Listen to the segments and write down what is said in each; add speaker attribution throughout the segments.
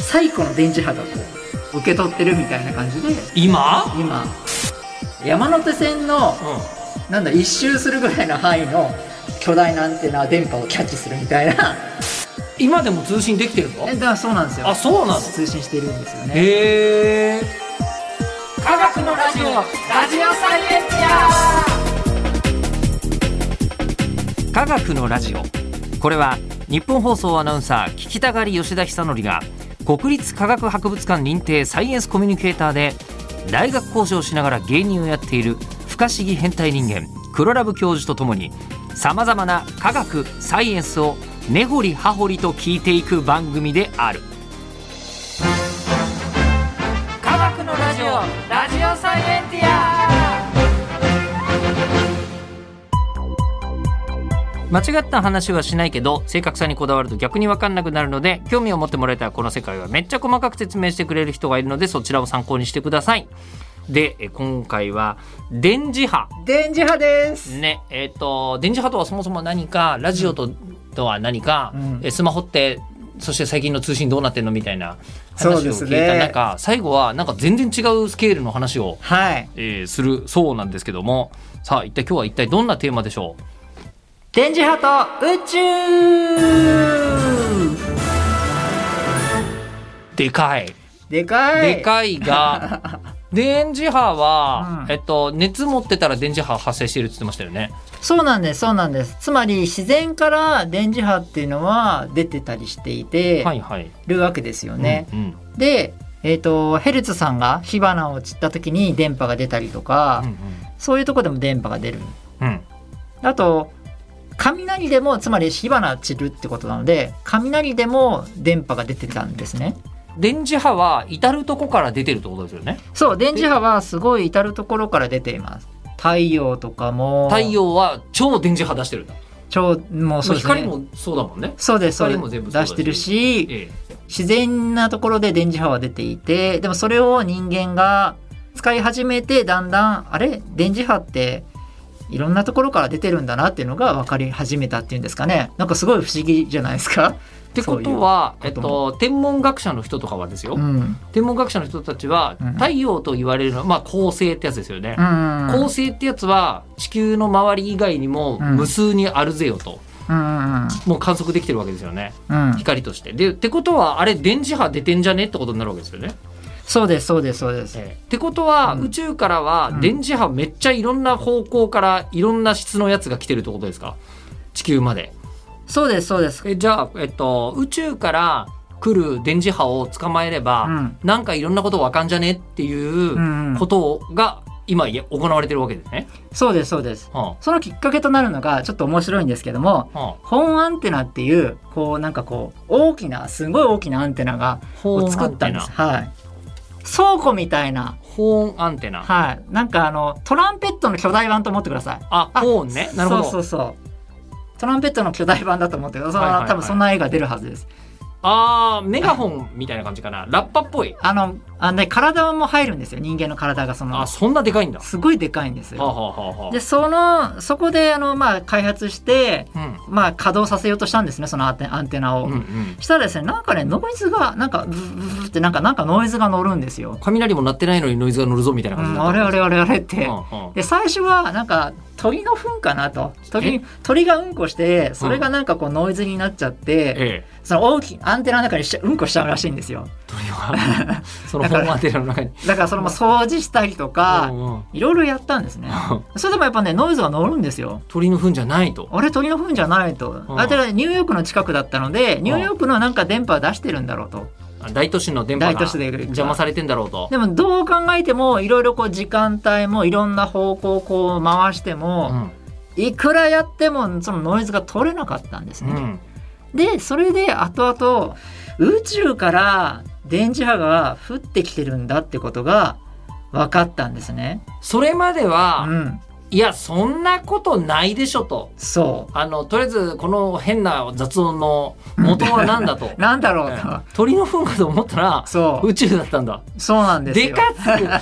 Speaker 1: 最古の電磁波がこう受け取ってるみたいな感じで
Speaker 2: 今
Speaker 1: 今山手線の
Speaker 2: う
Speaker 1: なんだ一周するぐらいの範囲の巨大なアンテナ電波をキャッチするみたい な
Speaker 2: ん今でも通信できてるの
Speaker 1: えだからそうなんですよ
Speaker 2: あそうなの
Speaker 1: 通信しているんですよね
Speaker 2: へえ
Speaker 1: 科学のラジオラジオサイエンティ
Speaker 2: 科学のラジオこれは日本放送アナウンサー聞きたがり吉田久典が国立科学博物館認定サイエンスコミュニケーターで大学講師をしながら芸人をやっている不可思議変態人間黒ラブ教授とともにさまざまな科学サイエンスを根掘り葉掘りと聞いていく番組である科学のラジオラジオサイエンティア間違った話はしないけど正確さにこだわると逆に分かんなくなるので興味を持ってもらえたらこの世界はめっちゃ細かく説明してくれる人がいるのでそちらを参考にしてくださいでえ今回は電磁波
Speaker 1: ア電磁波です
Speaker 2: ねえっ、と電磁波とはそもそも何かラジオと,、とは何か、
Speaker 1: うん
Speaker 2: えスマホってそして最近の通信どうなってんのみたいな
Speaker 1: そう
Speaker 2: 話を
Speaker 1: です
Speaker 2: 聞
Speaker 1: ね
Speaker 2: いた中、最後はなんか全然違うスケールの話を、
Speaker 1: はい
Speaker 2: えーするそうなんですけどもさあ一体今日は一体どんなテーマでしょう
Speaker 1: 電磁波と宇宙
Speaker 2: でかい
Speaker 1: でかい
Speaker 2: でかい が電磁波は、
Speaker 1: うん
Speaker 2: えっと、熱持ってたら電磁波発生してるって言ってましたよね。
Speaker 1: そうなんですそうなんですつまり自然から電磁波っていうのは出てたりしていて
Speaker 2: はいはい。
Speaker 1: るわけですよね、
Speaker 2: うんうん
Speaker 1: でえー、とヘルツさんが火花を散った時に電波が出たりとか、
Speaker 2: うん
Speaker 1: そういうとこでも電波が出る
Speaker 2: うんうん
Speaker 1: あと雷でもつまり火花散るってことなので雷でも電波が出てたんですね
Speaker 2: 電磁波は至るとこから出てるってことですよね。
Speaker 1: そう電磁波はすごい至る所から出ています太陽とかも
Speaker 2: 太陽は超電磁波出してるんだ。
Speaker 1: 超もうそうです、ね、
Speaker 2: 光もそうだもんね。
Speaker 1: そうですそうで
Speaker 2: 光
Speaker 1: す
Speaker 2: も全部そ
Speaker 1: 出
Speaker 2: うだし
Speaker 1: してるし
Speaker 2: ええ
Speaker 1: 自然なところで電磁波は出ていてでもそれを人間が使い始めてだんだんあれ電磁波っていろんなところから出てるんだなっていうのが分かり始めたっていうんですかねなんかすごい不思議じゃないですか。
Speaker 2: ってことは
Speaker 1: そういう
Speaker 2: えっ
Speaker 1: こと
Speaker 2: と、天文学者の人とかはですよ、
Speaker 1: うん
Speaker 2: 天文学者の人たちは
Speaker 1: うん
Speaker 2: 太陽と言われるのは、まあ、恒星ってやつですよね。
Speaker 1: うん
Speaker 2: 恒星ってやつは地球の周り以外にも
Speaker 1: うん
Speaker 2: 無数にあるぜよと、
Speaker 1: うん
Speaker 2: もう観測できてるわけですよね。
Speaker 1: うんうん、
Speaker 2: 光として。でってことはあれ電磁波出てんじゃねってことになるわけですよね。
Speaker 1: そうですそうですそうです、
Speaker 2: ってことは、
Speaker 1: うん
Speaker 2: 宇宙からは
Speaker 1: うん
Speaker 2: 電磁波めっちゃいろんな方向からいろんな質のやつが来てるってことですか地球まで。
Speaker 1: そうですそうです、
Speaker 2: えじゃあ、えっと、宇宙から来る電磁波を捕まえれば、
Speaker 1: うん
Speaker 2: なんかいろんなことわかんじゃねっていう
Speaker 1: う
Speaker 2: うん
Speaker 1: うん
Speaker 2: ことが今いや行われてるわけですね。
Speaker 1: そうですそうです
Speaker 2: は
Speaker 1: そのきっかけとなるのがちょっと面白いんですけども
Speaker 2: あは
Speaker 1: 本アンテナっていうこうなんかこう大きなすごい大きなアンテナが
Speaker 2: あ、保
Speaker 1: を作ったんです。はい。倉庫みたいな。
Speaker 2: 保温アンテナ。
Speaker 1: はい。なんかあの、トランペットの巨大版と思ってください。
Speaker 2: あ、
Speaker 1: あ
Speaker 2: 保温ね。なるほど。
Speaker 1: そうそうそう。トランペットの巨大版だと思ってください。
Speaker 2: はいはいはい
Speaker 1: 多分そんな絵が出るはずです。
Speaker 2: ああ、メガホンみたいな感じかな。ラッパっぽい。
Speaker 1: あの、あのね、体も入るんですよ。人間の体がその
Speaker 2: あ、、そんなでかいんだ。は
Speaker 1: すごいでかいんです
Speaker 2: あ、は
Speaker 1: よ。
Speaker 2: あはあは
Speaker 1: で、その、そこであの、まあ、開発して、
Speaker 2: あ。
Speaker 1: まあ、稼働させようとしたんですね、そのアンテアンテナ
Speaker 2: う
Speaker 1: を。
Speaker 2: ん。うんうん。
Speaker 1: したらですね、なんかね、ノイズが、なんか、ブーブーブーって、なんか、なんかノイズが乗るんですよ。
Speaker 2: 雷も鳴ってないのにノイズが乗るぞみたいな
Speaker 1: う
Speaker 2: 感じ
Speaker 1: ん、
Speaker 2: だ
Speaker 1: あ
Speaker 2: った
Speaker 1: れあれあれあれっ
Speaker 2: うん
Speaker 1: て
Speaker 2: う。ん
Speaker 1: で最初はなんか鳥の糞かなと鳥
Speaker 2: え
Speaker 1: 鳥がうんこしてそれがなんかこうノイズになっちゃって、
Speaker 2: ええ。
Speaker 1: その大きいアンテナの中にしちゃうんこしちゃうらしいんですよ
Speaker 2: 鳥 は、その本アンテナの中に。
Speaker 1: だからそれも掃除したりと
Speaker 2: う
Speaker 1: か
Speaker 2: んうん
Speaker 1: いろいろやったんですねそれでもやっぱねノイズが乗るんですよ
Speaker 2: 鳥の糞じゃないと。
Speaker 1: 俺鳥の糞じゃないと
Speaker 2: うん
Speaker 1: あてニューヨークの近くだったのでニューヨークのなんか電波を出してるんだろうと
Speaker 2: あ大都市の電波
Speaker 1: 大
Speaker 2: が
Speaker 1: 都市で
Speaker 2: 邪魔されてんだろうと。
Speaker 1: でもどう考えてもいろいろこう時間帯もいろんな方向をこう回して
Speaker 2: う
Speaker 1: も、
Speaker 2: ん
Speaker 1: いくらやってもそのノイズが取れなかったんです
Speaker 2: う
Speaker 1: ね、
Speaker 2: ん。
Speaker 1: でそれで後々宇宙から電磁波が降ってきてるんだってことが分かったんですね。
Speaker 2: それまで
Speaker 1: う
Speaker 2: は、
Speaker 1: ん、
Speaker 2: いや、そんなことないでしょと。
Speaker 1: そ
Speaker 2: あの、とりあえず、この変な雑音の元は何 だと
Speaker 1: う。なんだろうと、
Speaker 2: 鳥の糞かと思ったら、
Speaker 1: そう
Speaker 2: 宇宙だったんだ。
Speaker 1: そうなんですよ。
Speaker 2: でか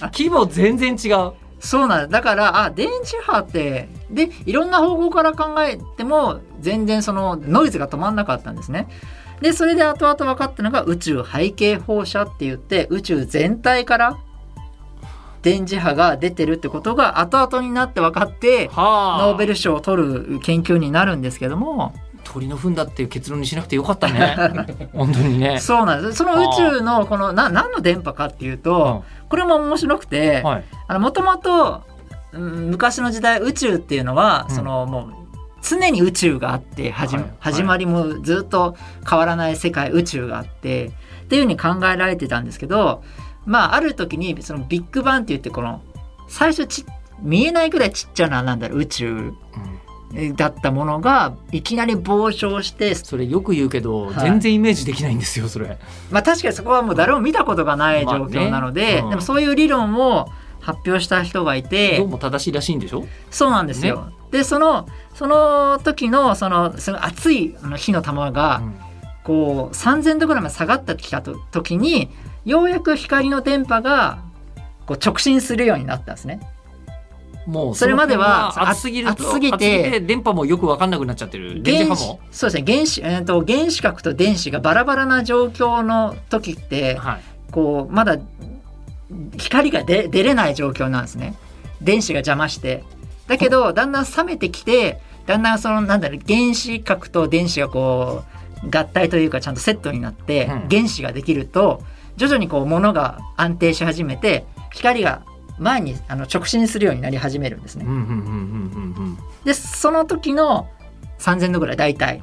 Speaker 2: つ規模 全然違う。
Speaker 1: そうなんだからあ電磁波ってでいろんな方向から考えても全然そのノイズが止まんなかったんですね。でそれで後々分かったのが宇宙背景放射って言って宇宙全体から電磁波が出てるってことが後々になって分かって
Speaker 2: はあ
Speaker 1: ノーベル賞を取る研究になるんですけども
Speaker 2: 鳥の糞だっていう結論にしなくてよかっ たね本当にね
Speaker 1: そうなんですその宇宙のこのな何の電波かっていうとこれも面白くて
Speaker 2: うんはい
Speaker 1: もともと昔の時代宇宙っていうのは、
Speaker 2: うん
Speaker 1: そのもう常に宇宙があって始,、
Speaker 2: はいはい
Speaker 1: 始まりもずっと変わらない世界宇宙があってっていうふうに考えられてたんですけどまあある時にそのビッグバンって言ってこの最初ち見えないぐらいちっちゃななんだろう宇宙
Speaker 2: うん
Speaker 1: だったものがいきなり膨張して
Speaker 2: それよく言うけど、
Speaker 1: はい
Speaker 2: 全然イメージできないんですよそれ
Speaker 1: まあ確かにそこはもう誰も見たことがない状況なので、
Speaker 2: まあねうん
Speaker 1: でもそういう理論を発表した人がいて
Speaker 2: どうも正しいらしいんでしょ
Speaker 1: そうなんですよ。でそのその時のそのその熱いあの火の玉が
Speaker 2: うん
Speaker 1: こう3,000度ぐらいまで下がってきたと時にようやく光の電波がこう直進するようになったんですね。
Speaker 2: もう
Speaker 1: それまでは
Speaker 2: その辺暑すぎると
Speaker 1: 暑すぎて
Speaker 2: 暑電波もよく分かんなくなっちゃってる電磁
Speaker 1: 原
Speaker 2: 波
Speaker 1: 子
Speaker 2: も
Speaker 1: そうですね原子、えー、と原子核と電子がバラバラな状況の時って
Speaker 2: はい
Speaker 1: こうまだ光が出出れない状況なんですね電子が邪魔してだけどだんだん冷めてきてだんだんそのなんだろう原子核と電子がこう合体というかちゃんとセットになって
Speaker 2: うん
Speaker 1: 原子ができると徐々にこう物が安定し始めて光が前にあの直進するようになり始めるんです
Speaker 2: う
Speaker 1: ね
Speaker 2: んうんうんうんうんうん
Speaker 1: でその時の3000度ぐらい大体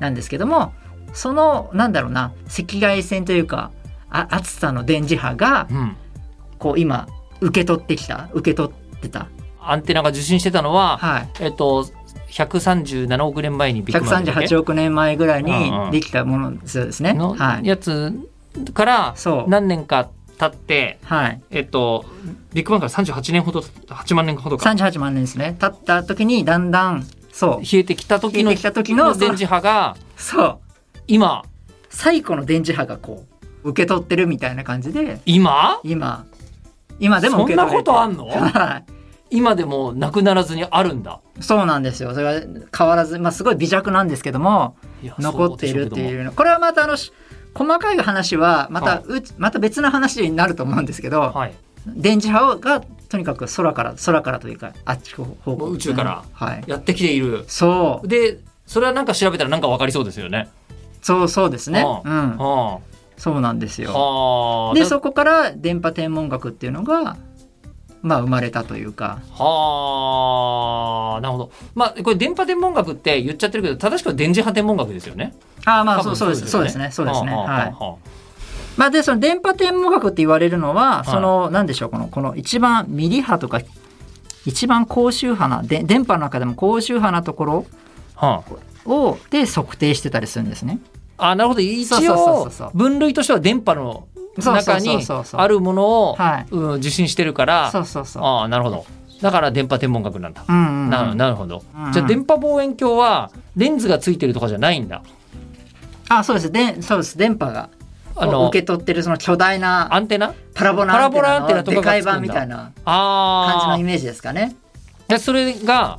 Speaker 1: なんですけどもそのなんだろうな赤外線というかあ暑さの電磁波が
Speaker 2: うん
Speaker 1: こう今受け取ってきた受け取ってた
Speaker 2: アンテナが受信してたのは、
Speaker 1: はい
Speaker 2: えっと137億年前にビッグバンだっけ
Speaker 1: 138億年前ぐらいに
Speaker 2: うんうん
Speaker 1: できたものですね
Speaker 2: の
Speaker 1: はい
Speaker 2: やつから
Speaker 1: そう
Speaker 2: 何年か経って
Speaker 1: はい
Speaker 2: えっとビッグバンから38年ほど8万年ほどか
Speaker 1: 38万年ですね経った時にだんだんそう
Speaker 2: 冷えてきた時
Speaker 1: 消
Speaker 2: の
Speaker 1: えてきた時のそ
Speaker 2: 電
Speaker 1: の
Speaker 2: 磁波が
Speaker 1: そう
Speaker 2: 今
Speaker 1: 最古の電磁波がこう受け取ってるみたいな感じで
Speaker 2: 今
Speaker 1: 今今でも受け
Speaker 2: そ
Speaker 1: 取れ
Speaker 2: んなこ
Speaker 1: て
Speaker 2: とあんの
Speaker 1: はい
Speaker 2: 今でもなくならずにあるんだ
Speaker 1: そうなんですよそれは変わらず、まあ、すごい微弱なんですけども
Speaker 2: いや
Speaker 1: 残っているって
Speaker 2: そうでしょうけども
Speaker 1: いうのこれはまたあのし細かい話はまたうちまた別の話になると思うんですけど、
Speaker 2: はい
Speaker 1: 電磁波がとにかく空から空からというかあっち方向
Speaker 2: もう宇宙から
Speaker 1: はい
Speaker 2: やってきている
Speaker 1: そう
Speaker 2: でそれはなんか調べたらなんかわかりそうですよね
Speaker 1: そうそうですね
Speaker 2: あ
Speaker 1: うん
Speaker 2: あ
Speaker 1: そうなんです
Speaker 2: あ
Speaker 1: よ
Speaker 2: はあ
Speaker 1: で
Speaker 2: だ
Speaker 1: そこから電波天文学っていうのがまあ生まれたというか
Speaker 2: はあなるほどまあこれ電波天文学って言っちゃってるけど正しくは電磁波天文学ですよね
Speaker 1: ああまあ
Speaker 2: 多
Speaker 1: そうそう
Speaker 2: 分
Speaker 1: ですそうですねそうですね
Speaker 2: はあは
Speaker 1: は
Speaker 2: あ
Speaker 1: い
Speaker 2: は
Speaker 1: まあでその電波天文学って言われるのは、
Speaker 2: い
Speaker 1: そのなんでしょうこのこの一番ミリ波とか一番高周波なで電波の中でも高周波なところ
Speaker 2: あはあ
Speaker 1: をで測定してたりするんですね
Speaker 2: あなるほど一
Speaker 1: そうそうそう
Speaker 2: 応
Speaker 1: そう
Speaker 2: 分類としては電波の
Speaker 1: そうそう
Speaker 2: 中
Speaker 1: そ
Speaker 2: に
Speaker 1: うそうそう
Speaker 2: あるものを
Speaker 1: はい
Speaker 2: うん受信してるから
Speaker 1: そうそうそう
Speaker 2: ああなるほどだから電波天文学なんだ、
Speaker 1: うんうんうん
Speaker 2: なるなるほど、
Speaker 1: うんうん
Speaker 2: じゃあ電波望遠鏡はレンズがついてるとかじゃないんだ
Speaker 1: あ、そうです。で、そうです。電波が。
Speaker 2: あの
Speaker 1: 受け取ってるその巨大な
Speaker 2: アンテナ
Speaker 1: パラボ
Speaker 2: パ
Speaker 1: ラ
Speaker 2: ラ
Speaker 1: アンテ
Speaker 2: ボラアン
Speaker 1: ナ
Speaker 2: テナ
Speaker 1: の
Speaker 2: と
Speaker 1: で
Speaker 2: か
Speaker 1: か
Speaker 2: が
Speaker 1: い
Speaker 2: つくんだ
Speaker 1: 版みたいな感じの
Speaker 2: あ
Speaker 1: イメージですかね。
Speaker 2: あそれが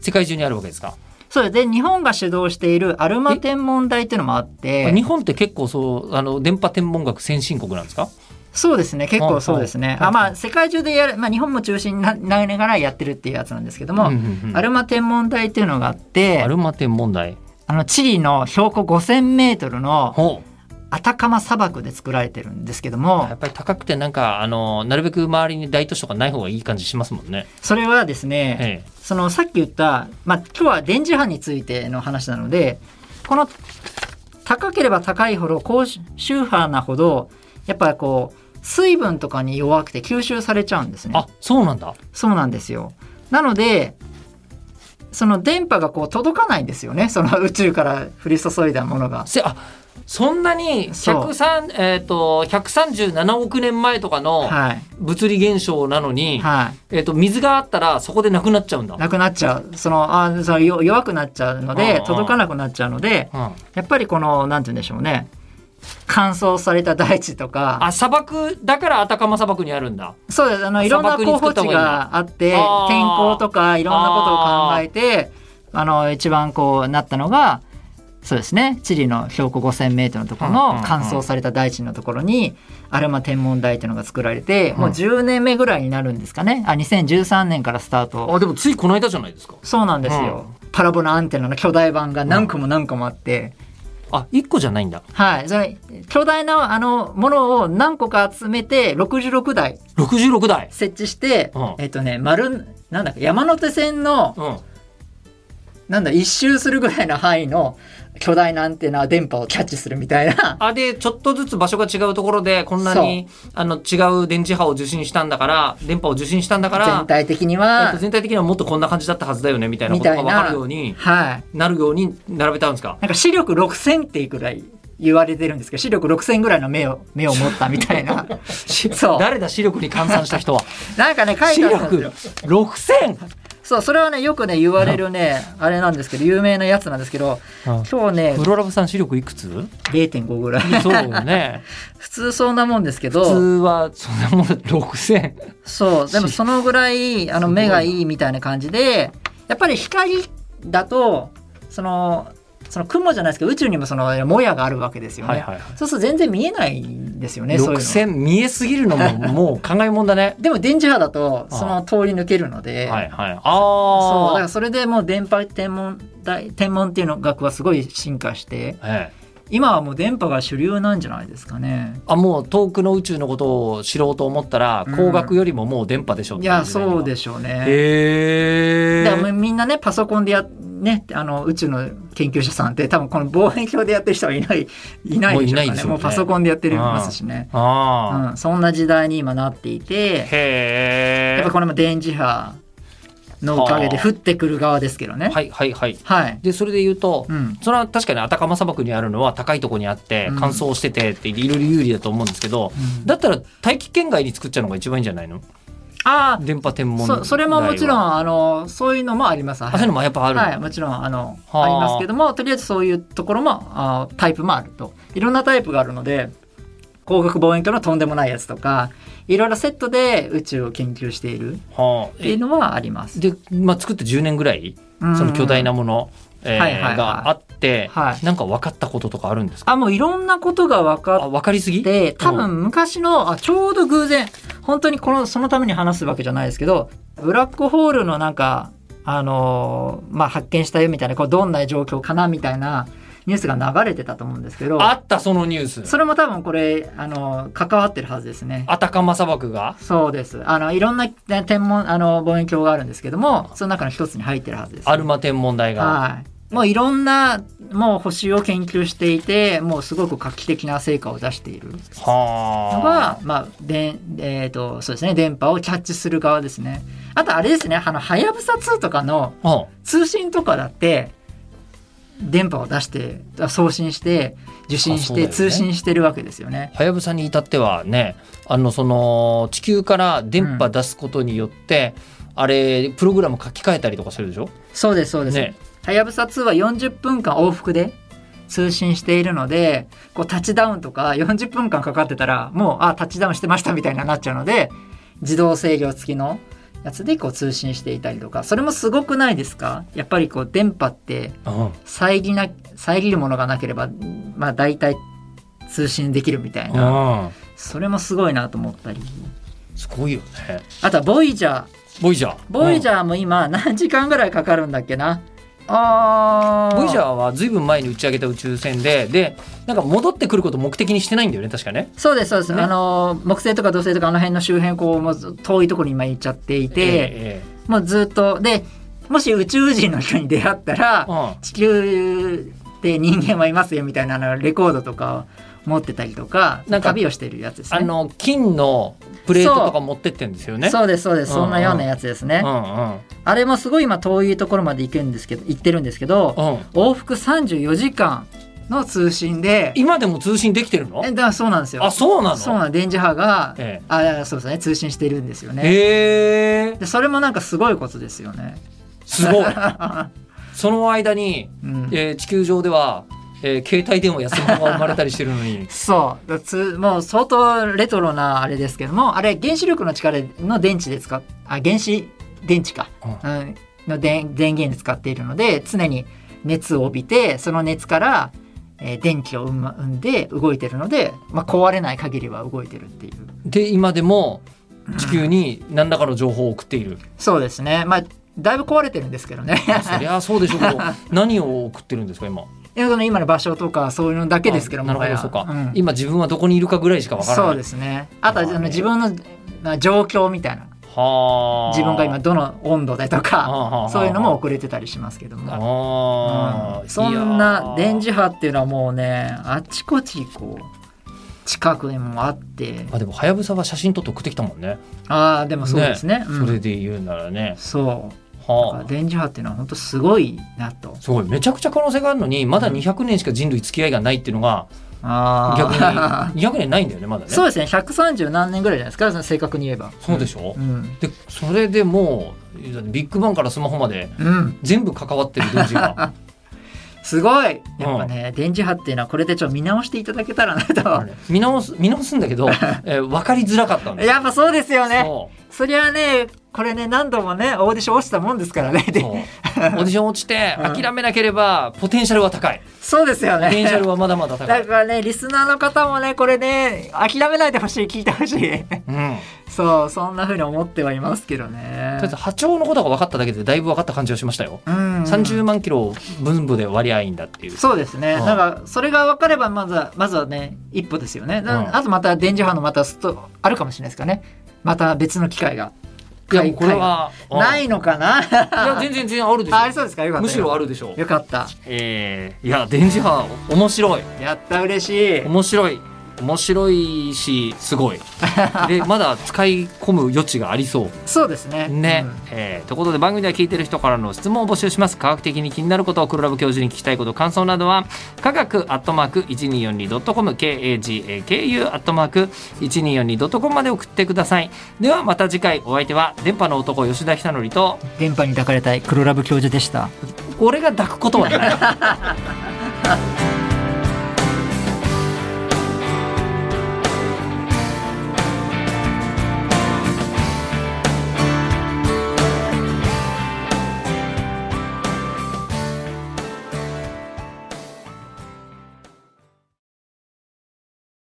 Speaker 2: 世界中にあるわけですか、
Speaker 1: そうです。で、日本が主導しているアルマ天文台っていうのもあって、
Speaker 2: 日本って結構そうあの電波天文学先進国なんですか
Speaker 1: そうですね。結構そうです
Speaker 2: は
Speaker 1: ね
Speaker 2: い。はい
Speaker 1: あ、まあ世界中でやる、まあ日本も中心にななりながらやってるっていうやつなんですけども、
Speaker 2: うんうんうん
Speaker 1: アルマ天文台っていうのがあって
Speaker 2: ア、ルマ天文台
Speaker 1: あのチリの標高5000メートルの
Speaker 2: ほう
Speaker 1: アタカマ砂漠で作られてるんですけども
Speaker 2: や、っぱり高くてなんかあのなるべく周りに大都市とかない方がいい感じしますもんね、
Speaker 1: それはですね、
Speaker 2: ええ
Speaker 1: そのさっき言った、まあ、今日は電磁波についての話なのでこの高ければ高いほど高周波なほどやっぱりこう水分とかに弱くて吸収されちゃうんですね
Speaker 2: あそうなんだ
Speaker 1: そうなんですよなのでその電波がこう届かないんですよねその宇宙から降り注いだものが
Speaker 2: せあそんなに
Speaker 1: そう
Speaker 2: 103、えー、と137億年前とかの
Speaker 1: はい
Speaker 2: 物理現象なのに、
Speaker 1: は
Speaker 2: えー、と水があったらそこでなくなっちゃうんだ
Speaker 1: い。なくなっちゃうそのあそのよ弱くなっちゃうの
Speaker 2: うんう
Speaker 1: で
Speaker 2: ん
Speaker 1: 届かなくなっちゃうので
Speaker 2: うん
Speaker 1: やっぱりこのなんて言うんでしょうね乾燥された大地とか
Speaker 2: あ砂漠だからアタカマ砂漠にあるんだ。
Speaker 1: そうですあのいろんな
Speaker 2: 砂漠に
Speaker 1: 候
Speaker 2: 作
Speaker 1: 補
Speaker 2: った
Speaker 1: 地
Speaker 2: 方がいいな
Speaker 1: があって
Speaker 2: あー
Speaker 1: 天候とかいろんなことを考えてあの一番こうなったのがそうですねチリの標高 5,000m のところの
Speaker 2: うん
Speaker 1: 乾燥された大地のところにアルマ天文台というのが作られて、もう10年目ぐらいになるんですかねあ2013年からスタート
Speaker 2: あでもついこの間じゃないですか
Speaker 1: そうなんですよ、パラボラアンテナの巨大版が何個も何個もあって、
Speaker 2: あ一個じゃないんだ
Speaker 1: はいそれ巨大なあのものを何個か集めて66台
Speaker 2: 66台
Speaker 1: 設置して、
Speaker 2: うん
Speaker 1: えっとね丸なんだっけ山手線の
Speaker 2: うん
Speaker 1: なんだ一周するぐらいの範囲の巨大なアンテナ電波をキャッチするみたいな
Speaker 2: あでちょっとずつ場所が違うところでこんなにあの違う電磁波を受信したんだから電波を受信したんだから
Speaker 1: 全体的に
Speaker 2: えっ
Speaker 1: は
Speaker 2: と全体的にはもっとこんな感じだったはずだよねみたいなことが分
Speaker 1: みたいな
Speaker 2: かるように
Speaker 1: はい
Speaker 2: なるように並べたんですか
Speaker 1: なんか視力6000っていうぐらい言われてるんですけど視力6000ぐらいの目を目を持ったみたい なそう
Speaker 2: 誰だ視力に換算した人は
Speaker 1: なんかね書い
Speaker 2: 視
Speaker 1: てあるんです
Speaker 2: 力
Speaker 1: よ
Speaker 2: 6000
Speaker 1: そうそれはねよくね言われるねあれなんですけど有名なやつなんですけど今日ね
Speaker 2: プロラブさん視力いくつ
Speaker 1: 0.5ぐらい
Speaker 2: そうね
Speaker 1: 普通 そんなもんですけ
Speaker 2: 普通
Speaker 1: ど
Speaker 2: はそんなもの6000
Speaker 1: そうでもそのぐらいあの
Speaker 2: すごい
Speaker 1: 目がいいみたいな感じでやっぱり光だとそのその雲じゃないですけど宇宙にもそのもやがあるわけですよね、
Speaker 2: はいはいはい
Speaker 1: そうすると全然見えないんですよねそういうの
Speaker 2: 6000見えすぎるのももう考えもん だね
Speaker 1: でも電磁波だと
Speaker 2: ああ
Speaker 1: その通り抜けるので、
Speaker 2: はいはい
Speaker 1: そうだから
Speaker 2: あ
Speaker 1: それでもう電波天文台天文っていうの学はすごい進化して
Speaker 2: あ、ええ
Speaker 1: 今はもう電波が主流なんじゃないですかね。
Speaker 2: あもう遠くの宇宙のことを知ろうと思ったら
Speaker 1: うん
Speaker 2: 光学よりももう電波でしょ
Speaker 1: いやそうですしょうね。
Speaker 2: へえ
Speaker 1: だからもうみんなねパソコンでやねあの宇宙の研究者さんって多分この望遠鏡でやってる人はいないいないでしょうか
Speaker 2: もういないで
Speaker 1: ね
Speaker 2: しょうね
Speaker 1: もうパソコンでやってるますしね。う
Speaker 2: ああ、
Speaker 1: ん、そんな時代に今なっていて
Speaker 2: へ
Speaker 1: やっぱこれも電磁波のおかげで降ってくる側ですけど
Speaker 2: え
Speaker 1: ね。
Speaker 2: はいはいはい
Speaker 1: はい。
Speaker 2: でそれで言うと、
Speaker 1: うん。
Speaker 2: それは確かにアタカマ砂漠にあるのは高いとこにあって
Speaker 1: うん
Speaker 2: 乾燥しててっていろいろ有利だと思うんですけど、だったら大気圏外に作っちゃうのが一番いいんじゃないの
Speaker 1: あ
Speaker 2: 電波天
Speaker 1: あ、
Speaker 2: 文台
Speaker 1: そ
Speaker 2: は
Speaker 1: それももちろん
Speaker 2: あ
Speaker 1: あのそういうのもあります。は
Speaker 2: そういうのもやっぱある、
Speaker 1: はい、もちろんあの
Speaker 2: はあ
Speaker 1: ありますけどもとりあえずそういうところもあータイプもあるといろんなタイプがあるので光学望遠鏡のとんでもないやつとかいろいろセットで宇宙を研究しているっ
Speaker 2: はあ
Speaker 1: ていう
Speaker 2: え
Speaker 1: のはあります。
Speaker 2: で、まあ、作って10年ぐらい
Speaker 1: うん
Speaker 2: その巨大なもの、えー
Speaker 1: はいはいはい
Speaker 2: があって、
Speaker 1: はい
Speaker 2: なんか分かったこととかあるんですか
Speaker 1: あもういろんなことが分
Speaker 2: あ
Speaker 1: かっ
Speaker 2: 分かりすぎ
Speaker 1: て多分昔のあちょうど偶然本当にこのそのために話すわけじゃないですけどブラックホールのなんかあのーまあ発見したよみたいなこうどんな状況かなみたいなニュースが流れてたと思うんですけど
Speaker 2: あったそのニュース
Speaker 1: それも多分これあの関わってるはずですね。
Speaker 2: アタカマ砂漠が
Speaker 1: そうです。あのいろんなね天文あの望遠鏡があるんですけども、その中の一つに入ってるはずです、
Speaker 2: アルマ天文台が
Speaker 1: はい。もういろんなもう星を研究していて、もうすごく画期的な成果を出しているのが、
Speaker 2: は
Speaker 1: まあでえっ、とそうですね電波をキャッチする側ですね。あとあれですね、あのハヤブサ2とかの
Speaker 2: あ。うん
Speaker 1: 通信とかだって電波を出してあ送信して受信
Speaker 2: あそ
Speaker 1: し
Speaker 2: うだ
Speaker 1: て
Speaker 2: よね
Speaker 1: 通信してるわけですよね。
Speaker 2: はやぶさに至ってはねあのその地球から電波出すことによって、あれプログラム書き換えたりとかするでしょ
Speaker 1: そうですそうです。
Speaker 2: ね
Speaker 1: はやぶさ2は40分間往復で通信しているのでこうタッチダウンとか40分間かかってたらもうあタッチダウンしてましたみたいになっちゃうので自動制御付きのやつでこう通信していたりとかそれもすごくないですかやっぱりこう電波って
Speaker 2: うん
Speaker 1: 遮な遮るものがなければまあ大体通信できるみたいな
Speaker 2: うん
Speaker 1: それもすごいなと思ったり
Speaker 2: すごいよね
Speaker 1: あとはボイジャー
Speaker 2: ボイジャー
Speaker 1: ボイジャーも今何時間ぐらいかかるんだっけなあ
Speaker 2: うん
Speaker 1: ー
Speaker 2: ボイジャーはずいぶん前に打ち上げた宇宙船ででなんか戻ってくることを目的にしてないんだよね確かね
Speaker 1: そうですそうです、
Speaker 2: ね
Speaker 1: あの木星とか土星とかあの辺の周辺こうもう遠いところに今行っちゃってい
Speaker 2: ええ
Speaker 1: て、
Speaker 2: ええ
Speaker 1: もうずっとでもし宇宙人の人に出会ったら
Speaker 2: うん
Speaker 1: 地球で人間はいますよみたいなあのレコードとかを持ってたりとか
Speaker 2: なんか
Speaker 1: 旅をしてるやつですね
Speaker 2: あの金のプレートとか持ってってんですよね
Speaker 1: そうですそうです、
Speaker 2: うんうん
Speaker 1: そんなようなやつですね、
Speaker 2: うん
Speaker 1: あれもすごい今遠いところまで行くんですけど行ってるんですけど
Speaker 2: うんうん
Speaker 1: 往復34時間の通信で
Speaker 2: 今でも通信できてるの
Speaker 1: えだからそうなんですよ
Speaker 2: あそうなの
Speaker 1: そうなん電磁波が、
Speaker 2: え
Speaker 1: あそうですね通信してるんですよね
Speaker 2: えへえ
Speaker 1: でそれもなんかすごいことですよね。
Speaker 2: す ごいその間に
Speaker 1: うん、
Speaker 2: えー地球上では、えー携帯電話やスマホが生まれたりしてる のに
Speaker 1: そうだつもう相当レトロなあれですけどもあれ原子力の力の電池で使っあ原子電池か、うんの電電源に使っているので常に熱を帯びてその熱から、えー電気を生,、ま、生んで動いてるので、まあ、壊れない限りは動いてるっていう
Speaker 2: で今でも地球に何らかの情報を送って いる、
Speaker 1: そうですねまあだいぶ壊れてるんですけどね
Speaker 2: そりゃそうでしょうけど何を送ってるんですか今
Speaker 1: いやその今の場所とかそういうのだけですけど
Speaker 2: あなる
Speaker 1: もは
Speaker 2: ほど
Speaker 1: や
Speaker 2: そうか、
Speaker 1: うん
Speaker 2: 今自分はどこにいるかぐらいしかわからない
Speaker 1: そうですねあとはあ
Speaker 2: まあ
Speaker 1: の
Speaker 2: ね
Speaker 1: 自分の、まあ、状況みたいな
Speaker 2: はあ
Speaker 1: 自分が今どの温度でとか
Speaker 2: ああ
Speaker 1: そういうのも送れてたりしますけども
Speaker 2: ああ、
Speaker 1: うんそんな電磁波っていうのはもうねあちこちこう近くにもあって
Speaker 2: あでもはやぶさは写真撮って送ってきたもんね、
Speaker 1: ああでもそうですねうん
Speaker 2: それで言うならね
Speaker 1: そうだから
Speaker 2: はあ
Speaker 1: 電磁波っていうのは本当すごいなと
Speaker 2: すごいめちゃくちゃ可能性があるのにまだ200年しか人類付き合いがないっていうのが逆に
Speaker 1: ああ
Speaker 2: 200年ないんだよねまだね
Speaker 1: そうですね130何年ぐらいじゃないですかその正確に言えば
Speaker 2: そうでしょ、
Speaker 1: うん
Speaker 2: でそれでもうビッグバンからスマホまで
Speaker 1: うん
Speaker 2: 全部関わってる電 磁波
Speaker 1: すごいやっぱね電磁波っていうのはこれでちょっと見直していただけたらな
Speaker 2: あ
Speaker 1: と
Speaker 2: れ見直す見直すんだ けど、えー分かりづらかったんですよ
Speaker 1: やっぱそうですよね
Speaker 2: そう
Speaker 1: そりゃねこれね何度もねオーディション落ちたもんですからねで
Speaker 2: そうオーディション落ちて諦めなければポテンシャルは高い
Speaker 1: そうですよ
Speaker 2: ポ
Speaker 1: ね
Speaker 2: テンシャルはまだま だ高
Speaker 1: だ
Speaker 2: い、
Speaker 1: からねリスナーの方もねこれね諦めないでほしい聞いてほしい
Speaker 2: うん、
Speaker 1: そうそんな風に思ってはいますけどね
Speaker 2: とりあえず波長のことが分かっただけでだいぶ分かった感じがしましたよ。
Speaker 1: うん
Speaker 2: 30万キロ分布で割合いいんだっていう。
Speaker 1: そうですね、
Speaker 2: うん
Speaker 1: なんかそれが分かればまずはまずはね一歩ですよね、な
Speaker 2: うん
Speaker 1: あとまた電磁波のまたストあるかもしれないですかねまた別の機会が
Speaker 2: いやもうこれは
Speaker 1: 会な
Speaker 2: う
Speaker 1: いのかな
Speaker 2: んいや全然全然あるでし
Speaker 1: ああり
Speaker 2: ょ。
Speaker 1: そうですかよかった
Speaker 2: むしろあ
Speaker 1: る
Speaker 2: るでしょ。
Speaker 1: よかった
Speaker 2: えーいや電磁波面白い
Speaker 1: やった嬉しい
Speaker 2: 面白い面白いしすごい。でまだ使い込む余地がありそう。
Speaker 1: そうですね
Speaker 2: ね、えーということで番組では聞いてる人からの質問を募集します科学的に気になることを黒ラブ教授に聞きたいこと感想などは科学アットマーク 1242.com kagaku アットマーク 1242.com まで送ってくださいではまた次回お相手は電波の男吉田久典と
Speaker 1: うん電波に抱かれたい黒ラブ教授でした
Speaker 2: 俺が抱くことはない